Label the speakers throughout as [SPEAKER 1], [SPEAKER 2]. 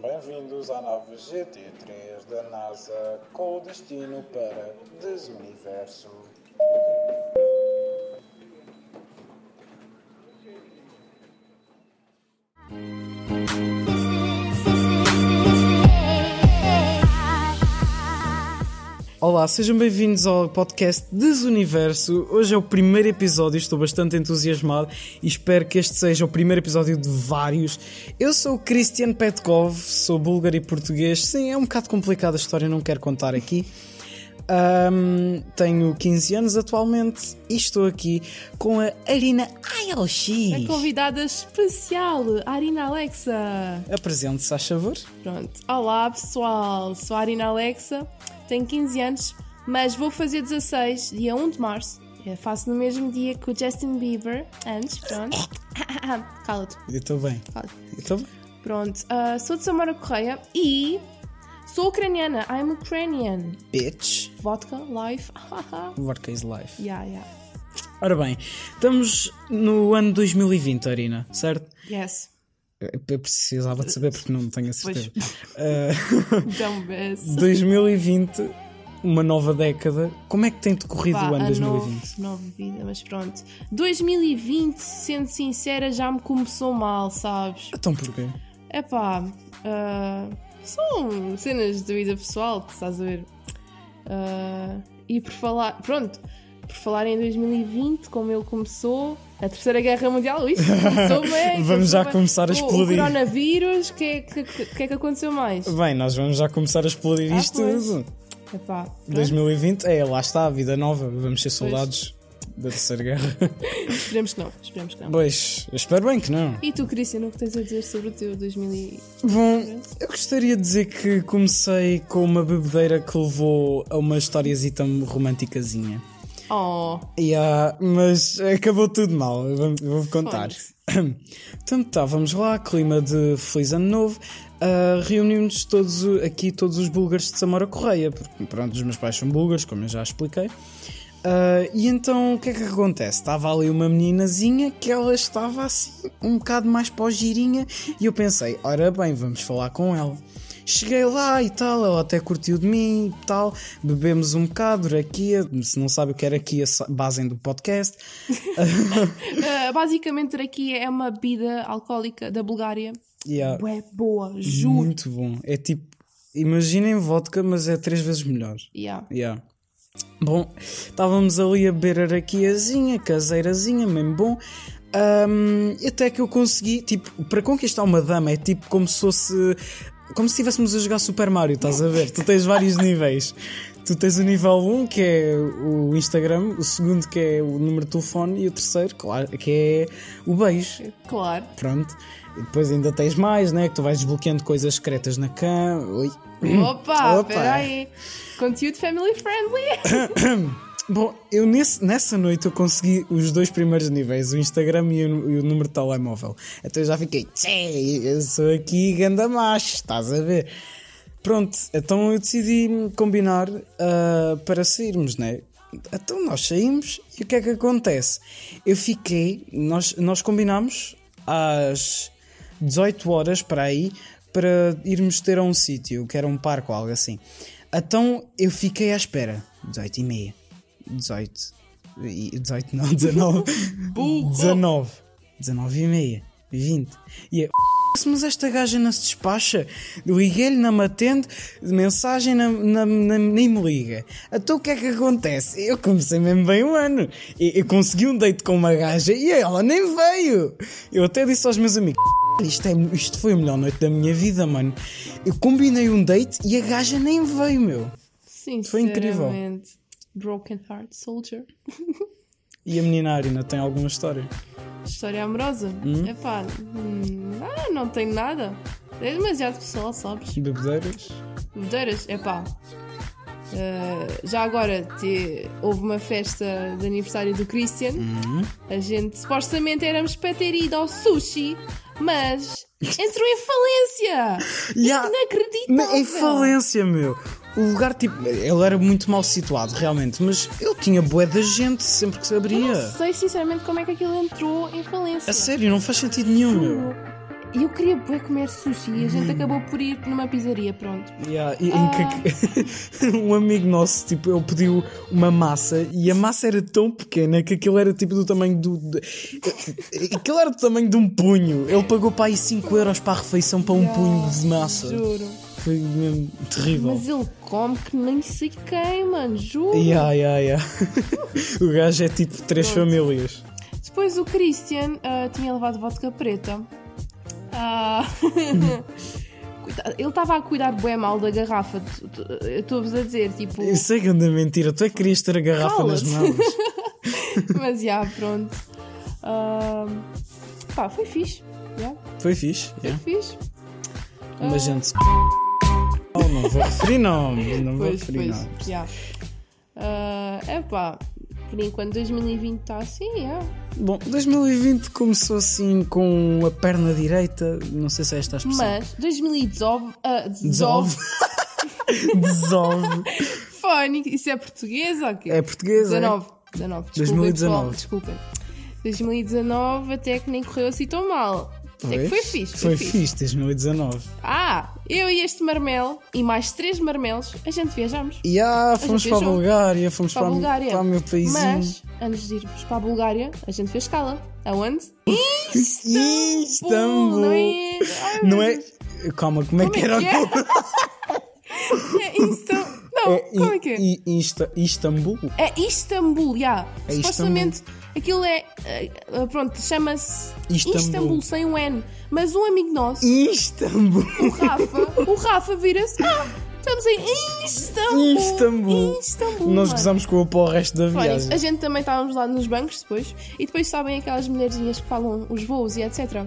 [SPEAKER 1] bem-vindos à nave GT3 da NASA com o destino para Desuniverso.
[SPEAKER 2] Olá, sejam bem-vindos ao podcast Desuniverso. Hoje é o primeiro episódio, estou bastante entusiasmado e espero que este seja o primeiro episódio de vários. Eu sou o Cristian Petkov, sou búlgaro e português. Sim, é um bocado complicada a história, não quero contar aqui. Ahm, tenho 15 anos atualmente e estou aqui com a Arina
[SPEAKER 3] A
[SPEAKER 2] Ayoshi.
[SPEAKER 3] convidada especial, a Arina Alexa.
[SPEAKER 2] Apresente-se, faz favor.
[SPEAKER 3] Pronto. Olá, pessoal. Sou a Arina Alexa, tenho 15 anos, mas vou fazer 16, dia 1 de março. Eu faço no mesmo dia que o Justin Bieber, antes, pronto. Cala-te,
[SPEAKER 2] Eu estou bem.
[SPEAKER 3] cala-te.
[SPEAKER 2] Eu estou bem.
[SPEAKER 3] Pronto. ah, sou de Samara Correia e sou ucraniana. I'm Ukrainian.
[SPEAKER 2] Bitch.
[SPEAKER 3] Vodka, life.
[SPEAKER 2] Vodka is life.
[SPEAKER 3] yeah, yeah.
[SPEAKER 2] Ora bem, estamos no ano 2020, Arina, certo?
[SPEAKER 3] Yes.
[SPEAKER 2] Eu precisava de saber porque não tenho a certeza. Ah,
[SPEAKER 3] Don't miss.
[SPEAKER 2] 2020, uma nova década. Como é que tem decorrido
[SPEAKER 3] Pá,
[SPEAKER 2] o ano
[SPEAKER 3] a
[SPEAKER 2] 2020?
[SPEAKER 3] Novo, nova vida, mas pronto. 2020, sendo sincera, já me começou mal, sabes?
[SPEAKER 2] Então porquê?
[SPEAKER 3] É pá, são cenas de vida pessoal, estás a ver? Ah, e por falar, pronto, por falar em 2020, como ele começou, a Terceira Guerra Mundial, isto começou bem.
[SPEAKER 2] Vamos
[SPEAKER 3] começou
[SPEAKER 2] já
[SPEAKER 3] bem.
[SPEAKER 2] começar a
[SPEAKER 3] O-
[SPEAKER 2] explodir.
[SPEAKER 3] O coronavírus, o que, é que, que- que é que aconteceu mais?
[SPEAKER 2] Bem, nós vamos já começar a explodir
[SPEAKER 3] Ah,
[SPEAKER 2] isto
[SPEAKER 3] pois.
[SPEAKER 2] tudo.
[SPEAKER 3] Epá, pronto,
[SPEAKER 2] 2020, é, lá está, a vida nova. Vamos ser soldados da Terceira Guerra.
[SPEAKER 3] esperemos que não, esperemos que não.
[SPEAKER 2] pois, eu espero bem que não.
[SPEAKER 3] E tu, Cristian, o que tens a dizer sobre o teu 2020?
[SPEAKER 2] Bom, eu gostaria de dizer que comecei com uma bebedeira que levou a uma historiazita românticazinha.
[SPEAKER 3] Oh,
[SPEAKER 2] Yeah, mas acabou tudo mal, vou- vou-vos contar.
[SPEAKER 3] Fones.
[SPEAKER 2] Portanto, estávamos Então tá, lá, clima de Feliz Ano Novo, ah, reunimos-nos todos o- aqui, todos os búlgaros de Samora Correia, porque pronto, os meus pais são búlgaros, como eu já expliquei. Ah, e então o que é que acontece? Estava ali uma meninazinha que ela estava assim, um bocado mais pós-girinha, e eu pensei, ora bem, vamos falar com ela. Cheguei lá e tal, ela até curtiu de mim e tal, bebemos um bocado, raquia, se não sabe o que era aqui, basem do podcast.
[SPEAKER 3] Uh, basicamente, aqui é uma bebida alcoólica da Bulgária.
[SPEAKER 2] Yeah.
[SPEAKER 3] Ué, boa, juro.
[SPEAKER 2] Muito bom. É tipo, imaginem vodka, mas é três vezes melhor.
[SPEAKER 3] Yeah.
[SPEAKER 2] Yeah. Bom, estávamos ali a beber araquiazinha, caseirazinha, mesmo bom. Ahm, até que eu consegui, tipo, para conquistar uma dama é tipo como se fosse. Como se estivéssemos a jogar Super Mario, estás a ver? Tu tens vários níveis. Tu tens o nível 1, que é o Instagram, o segundo, que é o número de telefone, e o terceiro, claro, que é o beijo.
[SPEAKER 3] Claro.
[SPEAKER 2] Pronto. E depois ainda tens mais, né? Que tu vais desbloqueando coisas secretas na cama. Ui.
[SPEAKER 3] Opa,
[SPEAKER 2] Hum. Opa.
[SPEAKER 3] peraí. Conteúdo family friendly.
[SPEAKER 2] Bom, eu nesse- nessa noite eu consegui os dois primeiros níveis, o Instagram e o, e o número de telemóvel. Então eu já fiquei, "Tchê, eu sou aqui ganda macho, estás a ver? Pronto, então eu decidi combinar ah, para sairmos, né? Então nós saímos e o que é que acontece? Eu fiquei, nós, nós combinámos às 18 horas para aí para irmos ter a um sítio, que era um parque ou algo assim. Então eu fiquei à espera, 18 e meia, 18, e- 18 não, 19, 19, 19 e meia, 20. E eu, "F***-se, mas esta gaja não se despacha, liguei-lhe, não me atende, mensagem não, não- não- nem me liga. Então o que é que acontece? Eu comecei mesmo bem o ano, eu, eu consegui um date com uma gaja e ela nem veio. Eu até disse aos meus amigos, isto, é- isto foi a melhor noite da minha vida, mano. Eu combinei um date e a gaja nem veio, meu.
[SPEAKER 3] Sim,
[SPEAKER 2] Foi incrível.
[SPEAKER 3] Broken Heart Soldier.
[SPEAKER 2] E a menina Arina tem alguma história?
[SPEAKER 3] História amorosa. Epá, hum, ah, não tenho nada. É demasiado pessoal, sabes?
[SPEAKER 2] Bebedeiras?
[SPEAKER 3] Medeiras, epá. Uh, já agora te- houve uma festa de aniversário do Christian.
[SPEAKER 2] Uhum.
[SPEAKER 3] A gente supostamente éramos para ter ido ao sushi, mas entrou em falência!
[SPEAKER 2] Ya,
[SPEAKER 3] Inacreditável!
[SPEAKER 2] na- Em falência, meu. O lugar, tipo, ele era muito mal situado, realmente, mas eu tinha bué da gente sempre que se
[SPEAKER 3] Eu
[SPEAKER 2] abria.
[SPEAKER 3] não sei sinceramente como é que aquilo entrou em falência.
[SPEAKER 2] A sério, não faz sentido nenhum, meu. Hum.
[SPEAKER 3] E eu queria bué comer sushi e a gente acabou por ir numa pizzaria, pronto.
[SPEAKER 2] Yeah, e-
[SPEAKER 3] Ah.
[SPEAKER 2] em que- um amigo nosso, tipo, ele pediu uma massa e a massa era tão pequena que aquilo era tipo do tamanho do. de- aquilo era do tamanho de um punho. Ele pagou para aí 5 euros para a refeição para um
[SPEAKER 3] Yeah,
[SPEAKER 2] punho de massa.
[SPEAKER 3] Juro.
[SPEAKER 2] Foi mesmo terrível.
[SPEAKER 3] Mas ele come que nem sei quem, mano, juro.
[SPEAKER 2] Yeah, yeah, yeah. o gajo é tipo três famílias.
[SPEAKER 3] Depois o Christian ah, tinha levado vodka preta. Ah, Coitado, ele estava a cuidar bem mal da garrafa. tu- tu- Eu estou-vos a dizer, tipo.
[SPEAKER 2] Eu sei que anda mentira, tu é que querias ter a garrafa nas
[SPEAKER 3] Cala-te.
[SPEAKER 2] mãos.
[SPEAKER 3] Mas já, pronto. Ah, pá, foi fixe. já,
[SPEAKER 2] Foi fixe,
[SPEAKER 3] foi
[SPEAKER 2] yeah.
[SPEAKER 3] fixe. Ah.
[SPEAKER 2] uma gente. Oh, não vou referir nome, não vou
[SPEAKER 3] Pois,
[SPEAKER 2] referir
[SPEAKER 3] pois,
[SPEAKER 2] nome.
[SPEAKER 3] já. Ah, epá, por enquanto 2020 está assim, já.
[SPEAKER 2] Bom, 2020 começou assim com a perna direita, não sei se é esta a expressão.
[SPEAKER 3] Mas 2019. ah, 19
[SPEAKER 2] Desove. Desove.
[SPEAKER 3] fónico, isso é português ou quê?
[SPEAKER 2] É portuguesa. é?
[SPEAKER 3] 19, 19, desculpem
[SPEAKER 2] 2019.
[SPEAKER 3] pessoal, desculpem. 2019 até que nem correu assim tão mal. Até que foi
[SPEAKER 2] Pois,
[SPEAKER 3] fixe,
[SPEAKER 2] Foi
[SPEAKER 3] foi, fixe.
[SPEAKER 2] fixe, 2019.
[SPEAKER 3] Ah, eu e este marmelo e mais três marmelos, a gente viajamos
[SPEAKER 2] E ah, fomos
[SPEAKER 3] gente
[SPEAKER 2] para a
[SPEAKER 3] viajou.
[SPEAKER 2] Bulgária, fomos
[SPEAKER 3] para a
[SPEAKER 2] para,
[SPEAKER 3] Bulgária.
[SPEAKER 2] para o meu país.
[SPEAKER 3] Mas, antes de irmos para a Bulgária, a gente fez escala. Aonde? Pum,
[SPEAKER 2] Istambul.
[SPEAKER 3] Não é? Ai, meu
[SPEAKER 2] Não é-
[SPEAKER 3] Deus.
[SPEAKER 2] Calma, como é que era?
[SPEAKER 3] Como é
[SPEAKER 2] o
[SPEAKER 3] que é? É Insta... Não,
[SPEAKER 2] É,
[SPEAKER 3] como é que é?
[SPEAKER 2] I, I, Insta, Istambul?
[SPEAKER 3] É Istambul, já.
[SPEAKER 2] É
[SPEAKER 3] Supostamente aquilo é. eh, eh, pronto, chama-se
[SPEAKER 2] Istambul.
[SPEAKER 3] Istambul. sem o N. Mas um amigo nosso,
[SPEAKER 2] Istambul!
[SPEAKER 3] o Rafa, o Rafa vira-se. Ah, estamos em Istambul!
[SPEAKER 2] Istambul.
[SPEAKER 3] Istambul,
[SPEAKER 2] Nós
[SPEAKER 3] mano."
[SPEAKER 2] gozamos com o pó o resto da
[SPEAKER 3] Olha, a
[SPEAKER 2] viagem.
[SPEAKER 3] gente também estávamos lá nos bancos depois e depois sabem aquelas mulherzinhas que falam os voos e etc.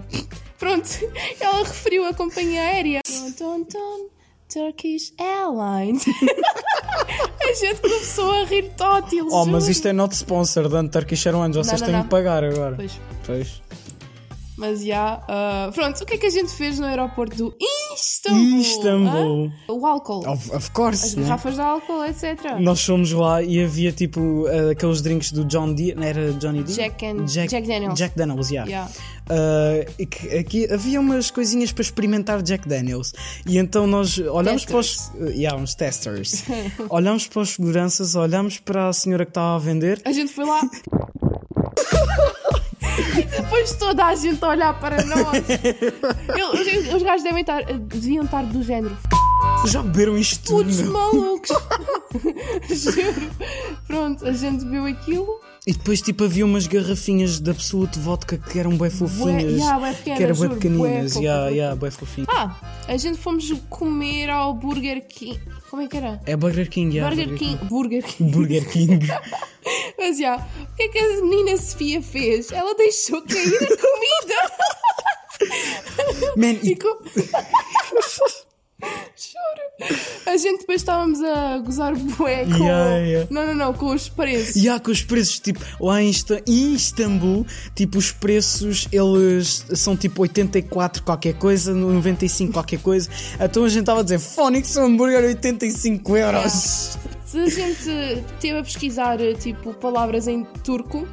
[SPEAKER 3] Pronto, ela referiu a companhia aérea. Tom, tom, tom, Turkish Airlines. a gente começou a rir tótil.
[SPEAKER 2] Oh, mas
[SPEAKER 3] juro.
[SPEAKER 2] isto é not sponsor da Turkish Airlines, vocês
[SPEAKER 3] não,
[SPEAKER 2] têm
[SPEAKER 3] não.
[SPEAKER 2] que pagar agora.
[SPEAKER 3] Pois.
[SPEAKER 2] Pois.
[SPEAKER 3] Mas já. ah, pronto, o que é que a gente fez no aeroporto do Istambul?
[SPEAKER 2] Istambul!
[SPEAKER 3] hã? O álcool.
[SPEAKER 2] Of, of
[SPEAKER 3] Ah? As
[SPEAKER 2] course, né?
[SPEAKER 3] garrafas de álcool, etc.
[SPEAKER 2] Nós fomos lá e havia tipo eh, aqueles drinks do John D. Não era Johnny D?
[SPEAKER 3] Jack and- Jack Daniels.
[SPEAKER 2] Jack Daniels, yeah.
[SPEAKER 3] Yeah.
[SPEAKER 2] Eh, e que, aqui havia umas coisinhas para experimentar Jack Daniels. E então nós olhamos para os. eh, Yeah, uns testers.
[SPEAKER 3] Uhum.
[SPEAKER 2] olhamos para os seguranças, olhamos para a senhora que estava a vender.
[SPEAKER 3] A gente foi lá. e depois toda a gente a olhar para nós. Ele- os, os gajos devem estar, deviam estar do género.
[SPEAKER 2] Já beberam isto tudo,
[SPEAKER 3] Putos
[SPEAKER 2] meu?
[SPEAKER 3] malucos. Juro. Pronto, a gente viu aquilo.
[SPEAKER 2] E depois tipo havia umas garrafinhas de absoluto vodka que eram bem fofinhas.
[SPEAKER 3] yeah, bué pequenas,
[SPEAKER 2] que eram
[SPEAKER 3] juro,
[SPEAKER 2] bem
[SPEAKER 3] bué
[SPEAKER 2] pequeninas.
[SPEAKER 3] fofas,
[SPEAKER 2] yeah,
[SPEAKER 3] bué
[SPEAKER 2] yeah, bem fofinhas.
[SPEAKER 3] Ah, a gente fomos comer ao Burger King. Como é que era?
[SPEAKER 2] É Burger King, yeah,
[SPEAKER 3] Burger King. Burger King.
[SPEAKER 2] Burger King.
[SPEAKER 3] Mas já, o que é que a menina Sofia fez? Ela deixou cair a comida.
[SPEAKER 2] Man, e
[SPEAKER 3] Ficou. Juro. A gente depois estávamos a gozar bué com.
[SPEAKER 2] Yeah, yeah.
[SPEAKER 3] Não, não, não, com os preços.
[SPEAKER 2] E há que os preços, tipo, lá em, Ista- em Istambul, tipo, os preços, eles são tipo 84 qualquer coisa, 95 qualquer coisa. Então a gente estava a dizer, Fónix, um hambúrguer 85 euros.
[SPEAKER 3] Se a gente teve a pesquisar, tipo, palavras em turco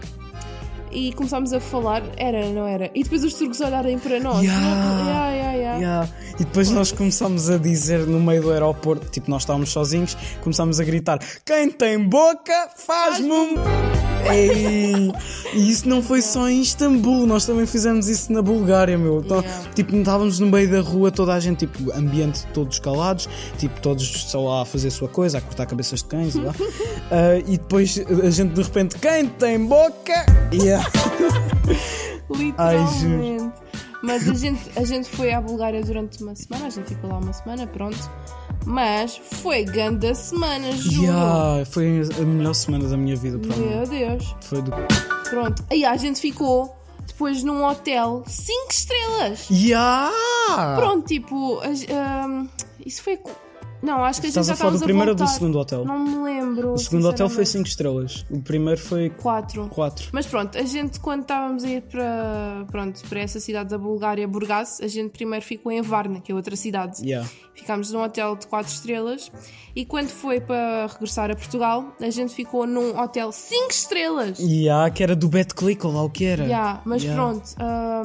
[SPEAKER 3] e começámos a falar, era, não era? E depois os turcos olharem para nós.
[SPEAKER 2] Yeah.
[SPEAKER 3] Yeah, yeah, yeah.
[SPEAKER 2] Yeah. E depois nós começámos a dizer no meio do aeroporto, tipo, nós estávamos sozinhos, começámos a gritar: Quem tem boca, faz-me um. Ei! E isso não foi só em Istambul, nós também fizemos isso na Bulgária, meu. Então,
[SPEAKER 3] Yeah.
[SPEAKER 2] Tipo, estávamos no meio da rua, toda a gente, tipo, ambiente todos calados, tipo, todos, sei lá, a fazer a sua coisa, a cortar cabeças de cães, sei lá. Ah, e depois a gente de repente, quem tem boca? Yeah.
[SPEAKER 3] Literalmente. Mas a gente, a gente foi à Bulgária durante uma semana, a gente ficou lá uma semana, pronto. Mas foi ganda semana, juro.
[SPEAKER 2] Yeah, foi a melhor semana da minha vida, provavelmente.
[SPEAKER 3] Meu Deus.
[SPEAKER 2] Foi do
[SPEAKER 3] Pronto. Aí a gente ficou depois num hotel 5 estrelas.
[SPEAKER 2] Ya! Ah.
[SPEAKER 3] Pronto, tipo. as- ahm, isso foi. co- Não, acho que a gente
[SPEAKER 2] Estás
[SPEAKER 3] já
[SPEAKER 2] a falar
[SPEAKER 3] estávamos
[SPEAKER 2] do primeiro ou do
[SPEAKER 3] voltar.
[SPEAKER 2] segundo hotel?
[SPEAKER 3] Não me lembro.
[SPEAKER 2] o segundo hotel foi 5 estrelas. O primeiro foi
[SPEAKER 3] 4.
[SPEAKER 2] 4.
[SPEAKER 3] Mas pronto, a gente quando estávamos a ir para, pronto, para essa cidade da Bulgária, Burgas, a gente primeiro ficou em Varna, que é outra cidade.
[SPEAKER 2] Yeah.
[SPEAKER 3] Ficámos num hotel de 4 estrelas e quando foi para regressar a Portugal, a gente ficou num hotel 5 estrelas.
[SPEAKER 2] Ya, que era do Bet Click ou lá o que era.
[SPEAKER 3] Yeah, mas
[SPEAKER 2] É. Yeah.
[SPEAKER 3] pronto, ah,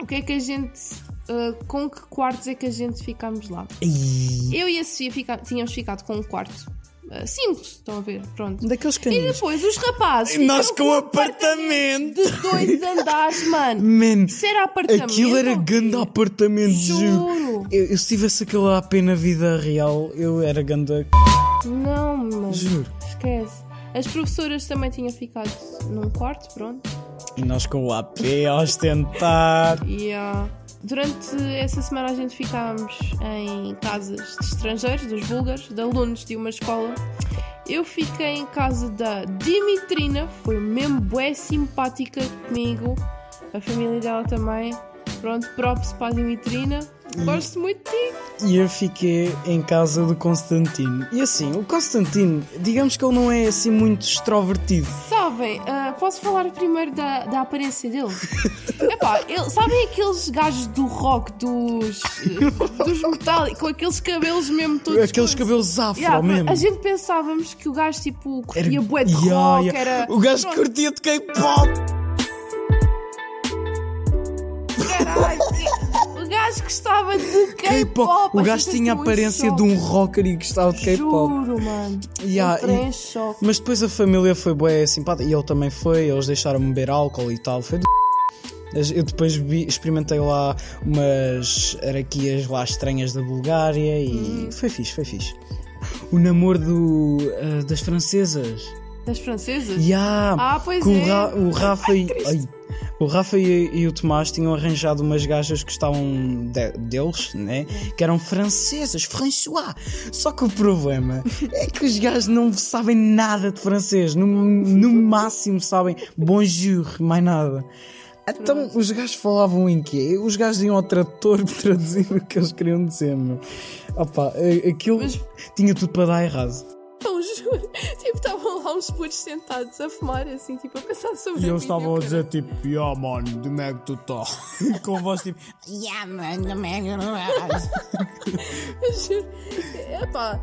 [SPEAKER 3] o que é que a gente uh, com que quartos é que a gente ficámos lá.
[SPEAKER 2] Ih,
[SPEAKER 3] Eu e a Sofia fica- tínhamos ficado com um quarto. Uh, cinco, estão a ver, pronto.
[SPEAKER 2] Daqueles
[SPEAKER 3] E
[SPEAKER 2] caninhos.
[SPEAKER 3] depois os rapazes.
[SPEAKER 2] Nós
[SPEAKER 3] ficaram
[SPEAKER 2] com o apartamento.
[SPEAKER 3] de dois andares, mano.
[SPEAKER 2] Man,
[SPEAKER 3] Isso era apartamento.
[SPEAKER 2] aquilo era grande apartamento, juro.
[SPEAKER 3] Juro.
[SPEAKER 2] Eu, eu se tivesse aquilo lá a pé na vida real, eu era ganda.
[SPEAKER 3] Não, mano.
[SPEAKER 2] Juro.
[SPEAKER 3] Esquece. As professoras também tinham ficado num quarto, pronto.
[SPEAKER 2] E nós com o AP a ostentar.
[SPEAKER 3] E ah, durante essa semana a gente ficámos em casas de estrangeiros, dos búlgaros, de alunos de uma escola. Eu fiquei em casa da Dimitrina, foi mesmo bué simpática comigo, a família dela também. Pronto, props para a Dimitrina. Gosto muito de ti.
[SPEAKER 2] E eu fiquei em casa do Constantino. E assim, o Constantino, digamos que ele não é assim muito extrovertido.
[SPEAKER 3] Sabem, ah, posso falar primeiro da, da aparência dele? Epá, ele, sabem aqueles gajos do rock, dos, dos metal, com aqueles cabelos mesmo todos.
[SPEAKER 2] Aqueles
[SPEAKER 3] coisas?
[SPEAKER 2] cabelos afro
[SPEAKER 3] Yeah,
[SPEAKER 2] mesmo.
[SPEAKER 3] A gente pensávamos que o gajo tipo
[SPEAKER 2] Era-
[SPEAKER 3] curtia bué de
[SPEAKER 2] Yeah,
[SPEAKER 3] rock,
[SPEAKER 2] yeah.
[SPEAKER 3] era.
[SPEAKER 2] O gajo
[SPEAKER 3] Pronto,
[SPEAKER 2] curtia de K-pop.
[SPEAKER 3] caralho, que- O gajo gostava de K-pop.
[SPEAKER 2] O
[SPEAKER 3] a
[SPEAKER 2] gajo
[SPEAKER 3] gente
[SPEAKER 2] tinha a
[SPEAKER 3] entrou em
[SPEAKER 2] aparência de
[SPEAKER 3] choque.
[SPEAKER 2] um rocker e gostava de K-pop.
[SPEAKER 3] Juro, mano.
[SPEAKER 2] Yeah,
[SPEAKER 3] Entrei
[SPEAKER 2] e-
[SPEAKER 3] em choque.
[SPEAKER 2] Mas depois a família foi bué simpática e eu também foi, eles deixaram-me beber álcool e tal, foi do Eu depois vi- experimentei lá umas araquias lá estranhas da Bulgária e foi fixe, foi fixe. O namoro do, ah, das francesas.
[SPEAKER 3] Das francesas?
[SPEAKER 2] Ya,
[SPEAKER 3] Ah, pois
[SPEAKER 2] que o,
[SPEAKER 3] é.
[SPEAKER 2] Ra- o Rafa e. ai, o Rafa e, e o Tomás tinham arranjado umas gajas que estavam de- deles, né? Que eram francesas, François. Só que o problema é que os gajos não sabem nada de francês. No, no máximo sabem bonjour, mais nada. Então os gajos falavam em quê? Os gajos iam ao tradutor para traduzir o que eles queriam dizer, meu. Opa, a- aquilo
[SPEAKER 3] Mas-
[SPEAKER 2] tinha tudo para dar errado.
[SPEAKER 3] Então, juro. Tipo, estavam lá uns putos sentados a fumar, assim, tipo, a pensar sobre
[SPEAKER 2] E
[SPEAKER 3] a
[SPEAKER 2] eles
[SPEAKER 3] vida,
[SPEAKER 2] estavam a
[SPEAKER 3] cara.
[SPEAKER 2] dizer tipo, yeah mano, de é que tu tá? Com voz tipo,
[SPEAKER 4] Yeah, man, the man in the house.
[SPEAKER 3] Eu juro. Epá,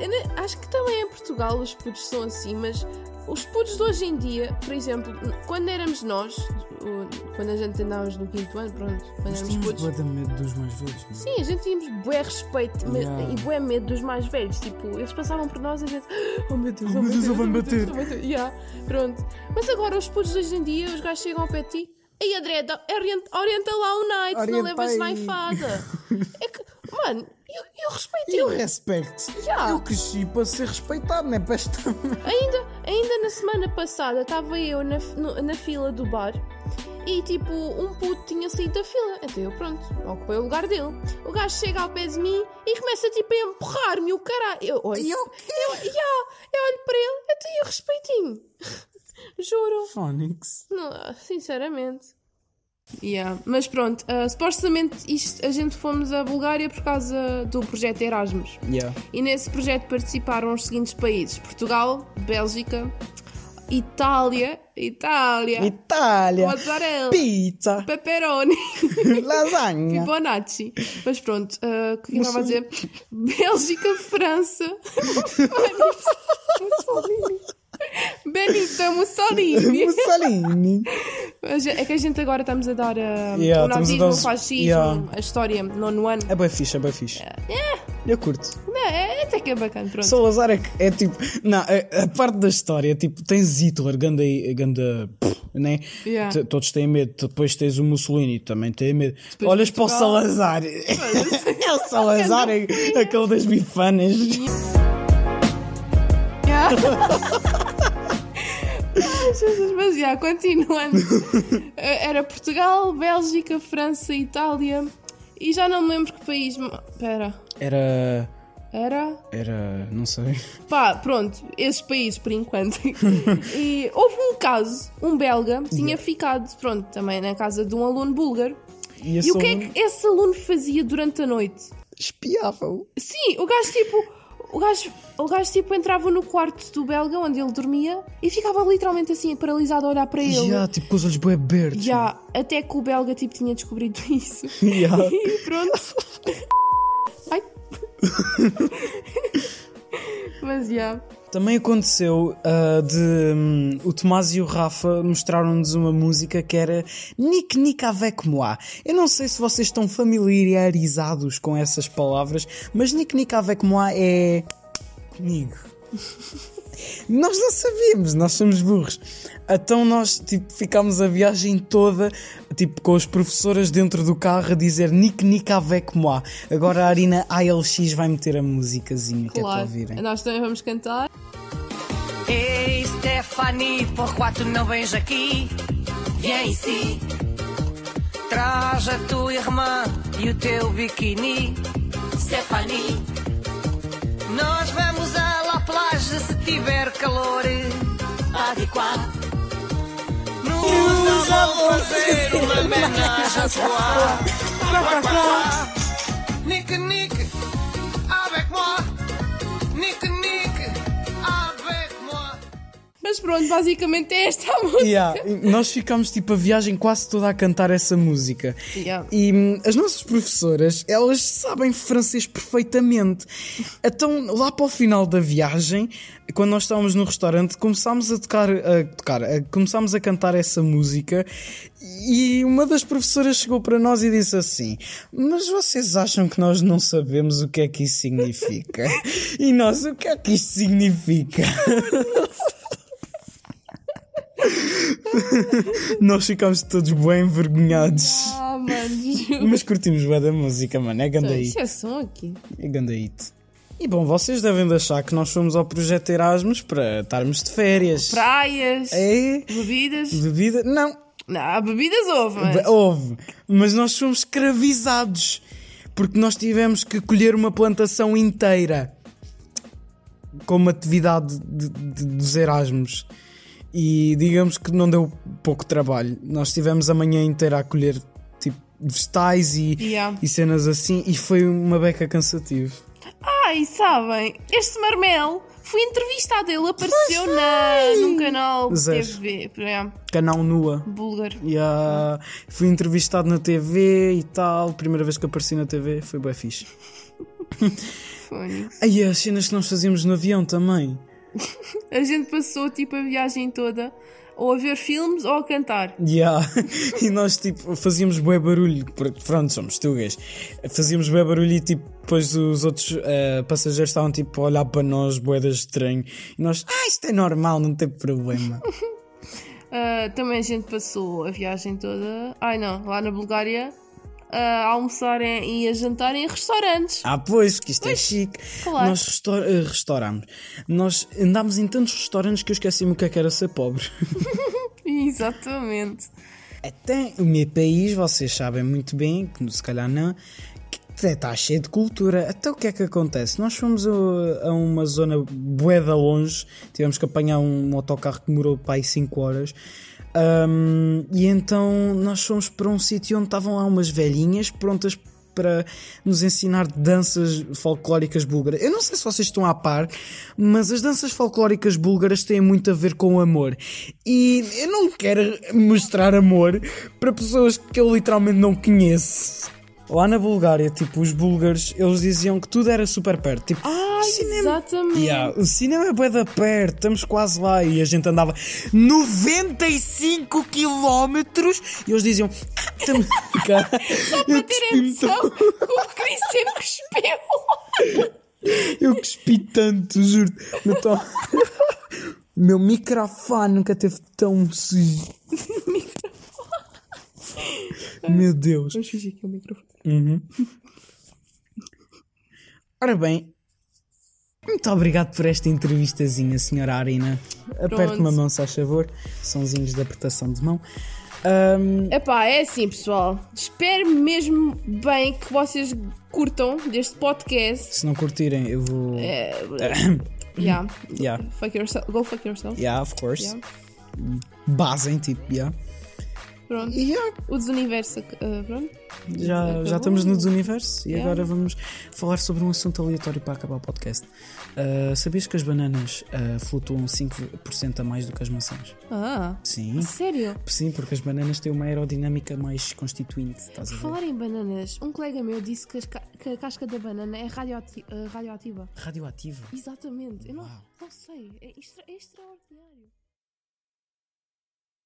[SPEAKER 3] eu nem- acho que também em Portugal os putos são assim, mas os putos de hoje em dia, por exemplo, quando éramos nós, o- quando a gente andávamos no quinto ano, pronto, quando éramos putos.
[SPEAKER 2] bué de medo dos mais velhos. meu.
[SPEAKER 3] Sim, a gente tínhamos bué respeito mas-
[SPEAKER 2] Yeah.
[SPEAKER 3] e bué medo dos mais velhos. Tipo, eles passavam por nós e a gente, oh meu Deus,
[SPEAKER 2] Oh, meu Deus, ele vai-me
[SPEAKER 3] oh, meu Deus, oh, meu Deus." Yeah, pronto. Mas agora os putos de hoje em dia, os gajos chegam ao pé de ti. Ei, André, dá- orient- orienta lá o night, não
[SPEAKER 2] Orienta
[SPEAKER 3] levas
[SPEAKER 2] aí."
[SPEAKER 3] naifada. É que, mano, eu, eu respeito
[SPEAKER 2] E o respeito?
[SPEAKER 3] Yeah.
[SPEAKER 2] Eu cresci para ser respeitado, não é para estar...
[SPEAKER 3] Ainda, ainda na semana passada estava eu na, f- no- na fila do bar e tipo um puto tinha saído da fila. Até eu, pronto, ocupei o lugar dele. O gajo chega ao pé de mim e começa tipo a empurrar-me o caralho. Eu olho,
[SPEAKER 2] E
[SPEAKER 3] eu,
[SPEAKER 2] eu que...
[SPEAKER 3] ya, eu olho para ele, então, eu tenho respeitinho. Juro.
[SPEAKER 2] Phonics.
[SPEAKER 3] Não, sinceramente. Yeah. Mas pronto, ah, supostamente isto, a gente fomos à Bulgária por causa do projeto Erasmus.
[SPEAKER 2] Yeah.
[SPEAKER 3] E nesse projeto participaram os seguintes países: Portugal, Bélgica, Itália, Itália,
[SPEAKER 2] Itália,
[SPEAKER 3] mozzarella,
[SPEAKER 2] pizza,
[SPEAKER 3] pepperoni, Tipo,
[SPEAKER 2] lasanha.
[SPEAKER 3] fibonacci. Mas pronto, ah, o que é que eu estava a dizer? Bélgica, França, Mussolini. Benito é Mussolini.
[SPEAKER 2] Mussolini.
[SPEAKER 3] A gen- É que a gente agora estamos a dar ah,
[SPEAKER 2] Yeah,
[SPEAKER 3] o
[SPEAKER 2] estamos a
[SPEAKER 3] nazismo,
[SPEAKER 2] dar
[SPEAKER 3] o
[SPEAKER 2] os-
[SPEAKER 3] fascismo,
[SPEAKER 2] yeah.
[SPEAKER 3] a história, nono ano.
[SPEAKER 2] É bem fixe, é bem fixe. Eu curto.
[SPEAKER 3] Não, é, até que é bacana, pronto.
[SPEAKER 2] Salazar é, que- é tipo. Não, a, a parte da história, tipo, tens Hitler, ganda. ganda pff, né?
[SPEAKER 3] Yeah.
[SPEAKER 2] T- Todos têm medo. Depois tens o Mussolini, também tem medo. Olhas para o
[SPEAKER 3] Portugal.
[SPEAKER 2] Salazar. é o Salazar, é, aquele das bifanas.
[SPEAKER 3] Yeah. Ai, Jesus, Mas já, continuando. Eh, Era Portugal, Bélgica, França, Itália. E já não me lembro que país. ma- Pera.
[SPEAKER 2] Era.
[SPEAKER 3] Era.
[SPEAKER 2] Era. Não sei.
[SPEAKER 3] Pá, pronto, esses países por enquanto. e houve um caso, um belga, tinha ficado, pronto, também na casa de um aluno búlgaro.
[SPEAKER 2] E,
[SPEAKER 3] E o que é que esse aluno fazia durante a noite?
[SPEAKER 2] Espiava-o.
[SPEAKER 3] Sim, o gajo tipo. O gajo, o gajo tipo entrava no quarto do belga onde ele dormia e ficava literalmente assim paralisado a olhar para ele.
[SPEAKER 2] Yeah, tipo, com os olhos bem abertos.
[SPEAKER 3] Já, até que o belga tipo tinha descobrido isso.
[SPEAKER 2] Yeah.
[SPEAKER 3] E pronto. Ai. Mas já.
[SPEAKER 2] Também aconteceu ah, de hum, o Tomás e o Rafa mostraram-nos uma música que era Nick Nick avec moi. Eu não sei se vocês estão familiarizados com essas palavras, mas Nick Nick avec moi é comigo. Nós não sabíamos, nós somos burros. Então nós tipo, ficámos a viagem toda tipo, com as professoras dentro do carro a dizer Nick Nick avec moi. Agora a Arina ALX vai meter a musicazinha que é para
[SPEAKER 3] Claro.
[SPEAKER 2] ouvirem.
[SPEAKER 3] Nós também vamos cantar.
[SPEAKER 5] Ei, Stephanie, porquá tu não vens aqui? Viens ici. Traz a tua irmã e o teu biquíni. Stephanie. Nós vamos à La Plage se tiver calor. Adequá. Nos vão fazer uma homenagem à sua. Nick, Nick, avec moi. Nick, Nick, avec moi.
[SPEAKER 3] Mas pronto, basicamente é esta a música.
[SPEAKER 2] Yeah, e nós ficámos tipo a viagem quase toda a cantar essa música.
[SPEAKER 3] Yeah.
[SPEAKER 2] E hum, as nossas professoras, elas sabem francês perfeitamente. Então, lá para o final da viagem, quando nós estávamos no restaurante, começámos a tocar, a tocar, a- começámos a cantar essa música. E uma das professoras chegou para nós e disse assim: Mas vocês acham que nós não sabemos o que é que isso significa? e nós, o que é que isto significa? nós ficámos todos bem envergonhados.
[SPEAKER 3] Ah, mano, juro.
[SPEAKER 2] Mas curtimos bem da música, mano. É ganda hit.
[SPEAKER 3] Isso é som aqui.
[SPEAKER 2] É ganda hit. E bom, vocês devem de achar que nós fomos ao Projeto Erasmus para estarmos de férias.
[SPEAKER 3] Praias,
[SPEAKER 2] É?
[SPEAKER 3] bebidas.
[SPEAKER 2] Bebida? Não.
[SPEAKER 3] Não, há bebidas houve, mas.
[SPEAKER 2] Be- Houve. Mas nós fomos escravizados. Porque nós tivemos que colher uma plantação inteira. Como atividade de- de- dos Erasmus. E digamos que não deu pouco trabalho. Nós tivemos a manhã inteira a colher tipo vegetais e,
[SPEAKER 3] Yeah.
[SPEAKER 2] e cenas assim. E foi uma beca cansativo.
[SPEAKER 3] Ai, sabem, este Marmel foi entrevistado, ele apareceu na, num canal de
[SPEAKER 2] Zero.
[SPEAKER 3] TV, por exemplo,
[SPEAKER 2] Canal Nua.
[SPEAKER 3] búlgaro.
[SPEAKER 2] Yeah. Fui entrevistado na TV e tal. Primeira vez que apareci na TV foi bem fixe.
[SPEAKER 3] Fónix.
[SPEAKER 2] Aí as cenas que nós fazíamos no avião também.
[SPEAKER 3] A gente passou tipo a viagem toda ou a ver filmes ou a cantar.
[SPEAKER 2] Yeah. e nós tipo fazíamos bué barulho, porque pronto, somos tugas. Fazíamos bué barulho e tipo depois os outros eh, passageiros estavam tipo a olhar para nós, boedas estranho. E nós, ah, isto é normal, não tem problema.
[SPEAKER 3] Ah, também a gente passou a viagem toda, ai não, lá na Bulgária, a almoçar em- e a jantar em restaurantes.
[SPEAKER 2] Ah, pois, que isto é chique.
[SPEAKER 3] claro.
[SPEAKER 2] Nós restaur- eh, restaurámos. Nós andámos em tantos restaurantes que eu esqueci-me o que é que era ser pobre.
[SPEAKER 3] Exatamente.
[SPEAKER 2] Até o meu país, vocês sabem muito bem, que se calhar não, que até está cheio de cultura. Até o que é que acontece? Nós fomos a, a uma zona boeda longe, tivemos que apanhar um autocarro que demorou para aí 5 horas. Ahm, e então nós fomos para um sítio onde estavam lá umas velhinhas prontas para nos ensinar danças folclóricas búlgaras. Eu não sei se vocês estão a par, mas as danças folclóricas búlgaras têm muito a ver com o amor. E eu não quero mostrar amor para pessoas que eu literalmente não conheço. Lá na Bulgária, tipo, os búlgaros, eles diziam que tudo era super perto. Tipo, ah,
[SPEAKER 3] Exatamente.
[SPEAKER 2] Yeah, o cinema é bué da perto, estamos quase lá e a gente andava 95 quilómetros e eles diziam "Ah, estamos cá. Eu cuspi,
[SPEAKER 3] Atenção, o Cristiano cuspeu.
[SPEAKER 2] eu cuspi tanto, juro. Meu, to- Meu microfone nunca teve tão sujo. Meu Deus.
[SPEAKER 3] Vamos fingir que é o microfone.
[SPEAKER 2] Ora bem, muito obrigado por esta entrevistazinha, senhora Arina. Aperte-me a mão, se faz favor. Sonzinhos de apertação de mão. Ahm,
[SPEAKER 3] Epá, é assim, pessoal. Espero mesmo bem que vocês curtam deste podcast. Eh,
[SPEAKER 2] se não curtirem, eu vou.
[SPEAKER 3] É. Yeah.
[SPEAKER 2] Yeah.
[SPEAKER 3] Fuck yourself. Go fuck yourself.
[SPEAKER 2] Yeah, of course.
[SPEAKER 3] Yeah.
[SPEAKER 2] Basem, tipo, yeah.
[SPEAKER 3] Pronto.
[SPEAKER 2] E já,
[SPEAKER 3] O desuniverso. ah, pronto.
[SPEAKER 2] já, já
[SPEAKER 3] Acabou.
[SPEAKER 2] estamos no desuniverso e
[SPEAKER 3] É.
[SPEAKER 2] agora vamos falar sobre um assunto aleatório para acabar o podcast. Ah, sabias que as bananas ah, flutuam 5% a mais do que as maçãs?
[SPEAKER 3] Ah,
[SPEAKER 2] Sim.
[SPEAKER 3] sério?
[SPEAKER 2] Sim, porque as bananas têm uma aerodinâmica mais constituinte, estás a
[SPEAKER 3] Por
[SPEAKER 2] ver?
[SPEAKER 3] falar em bananas, um colega meu disse que, as ca- que a casca da banana é radioati- ah, radioativa.
[SPEAKER 2] Radioativa.
[SPEAKER 3] Exatamente. Eu não,
[SPEAKER 2] Uau.
[SPEAKER 3] não sei. É, extra- é extraordinário.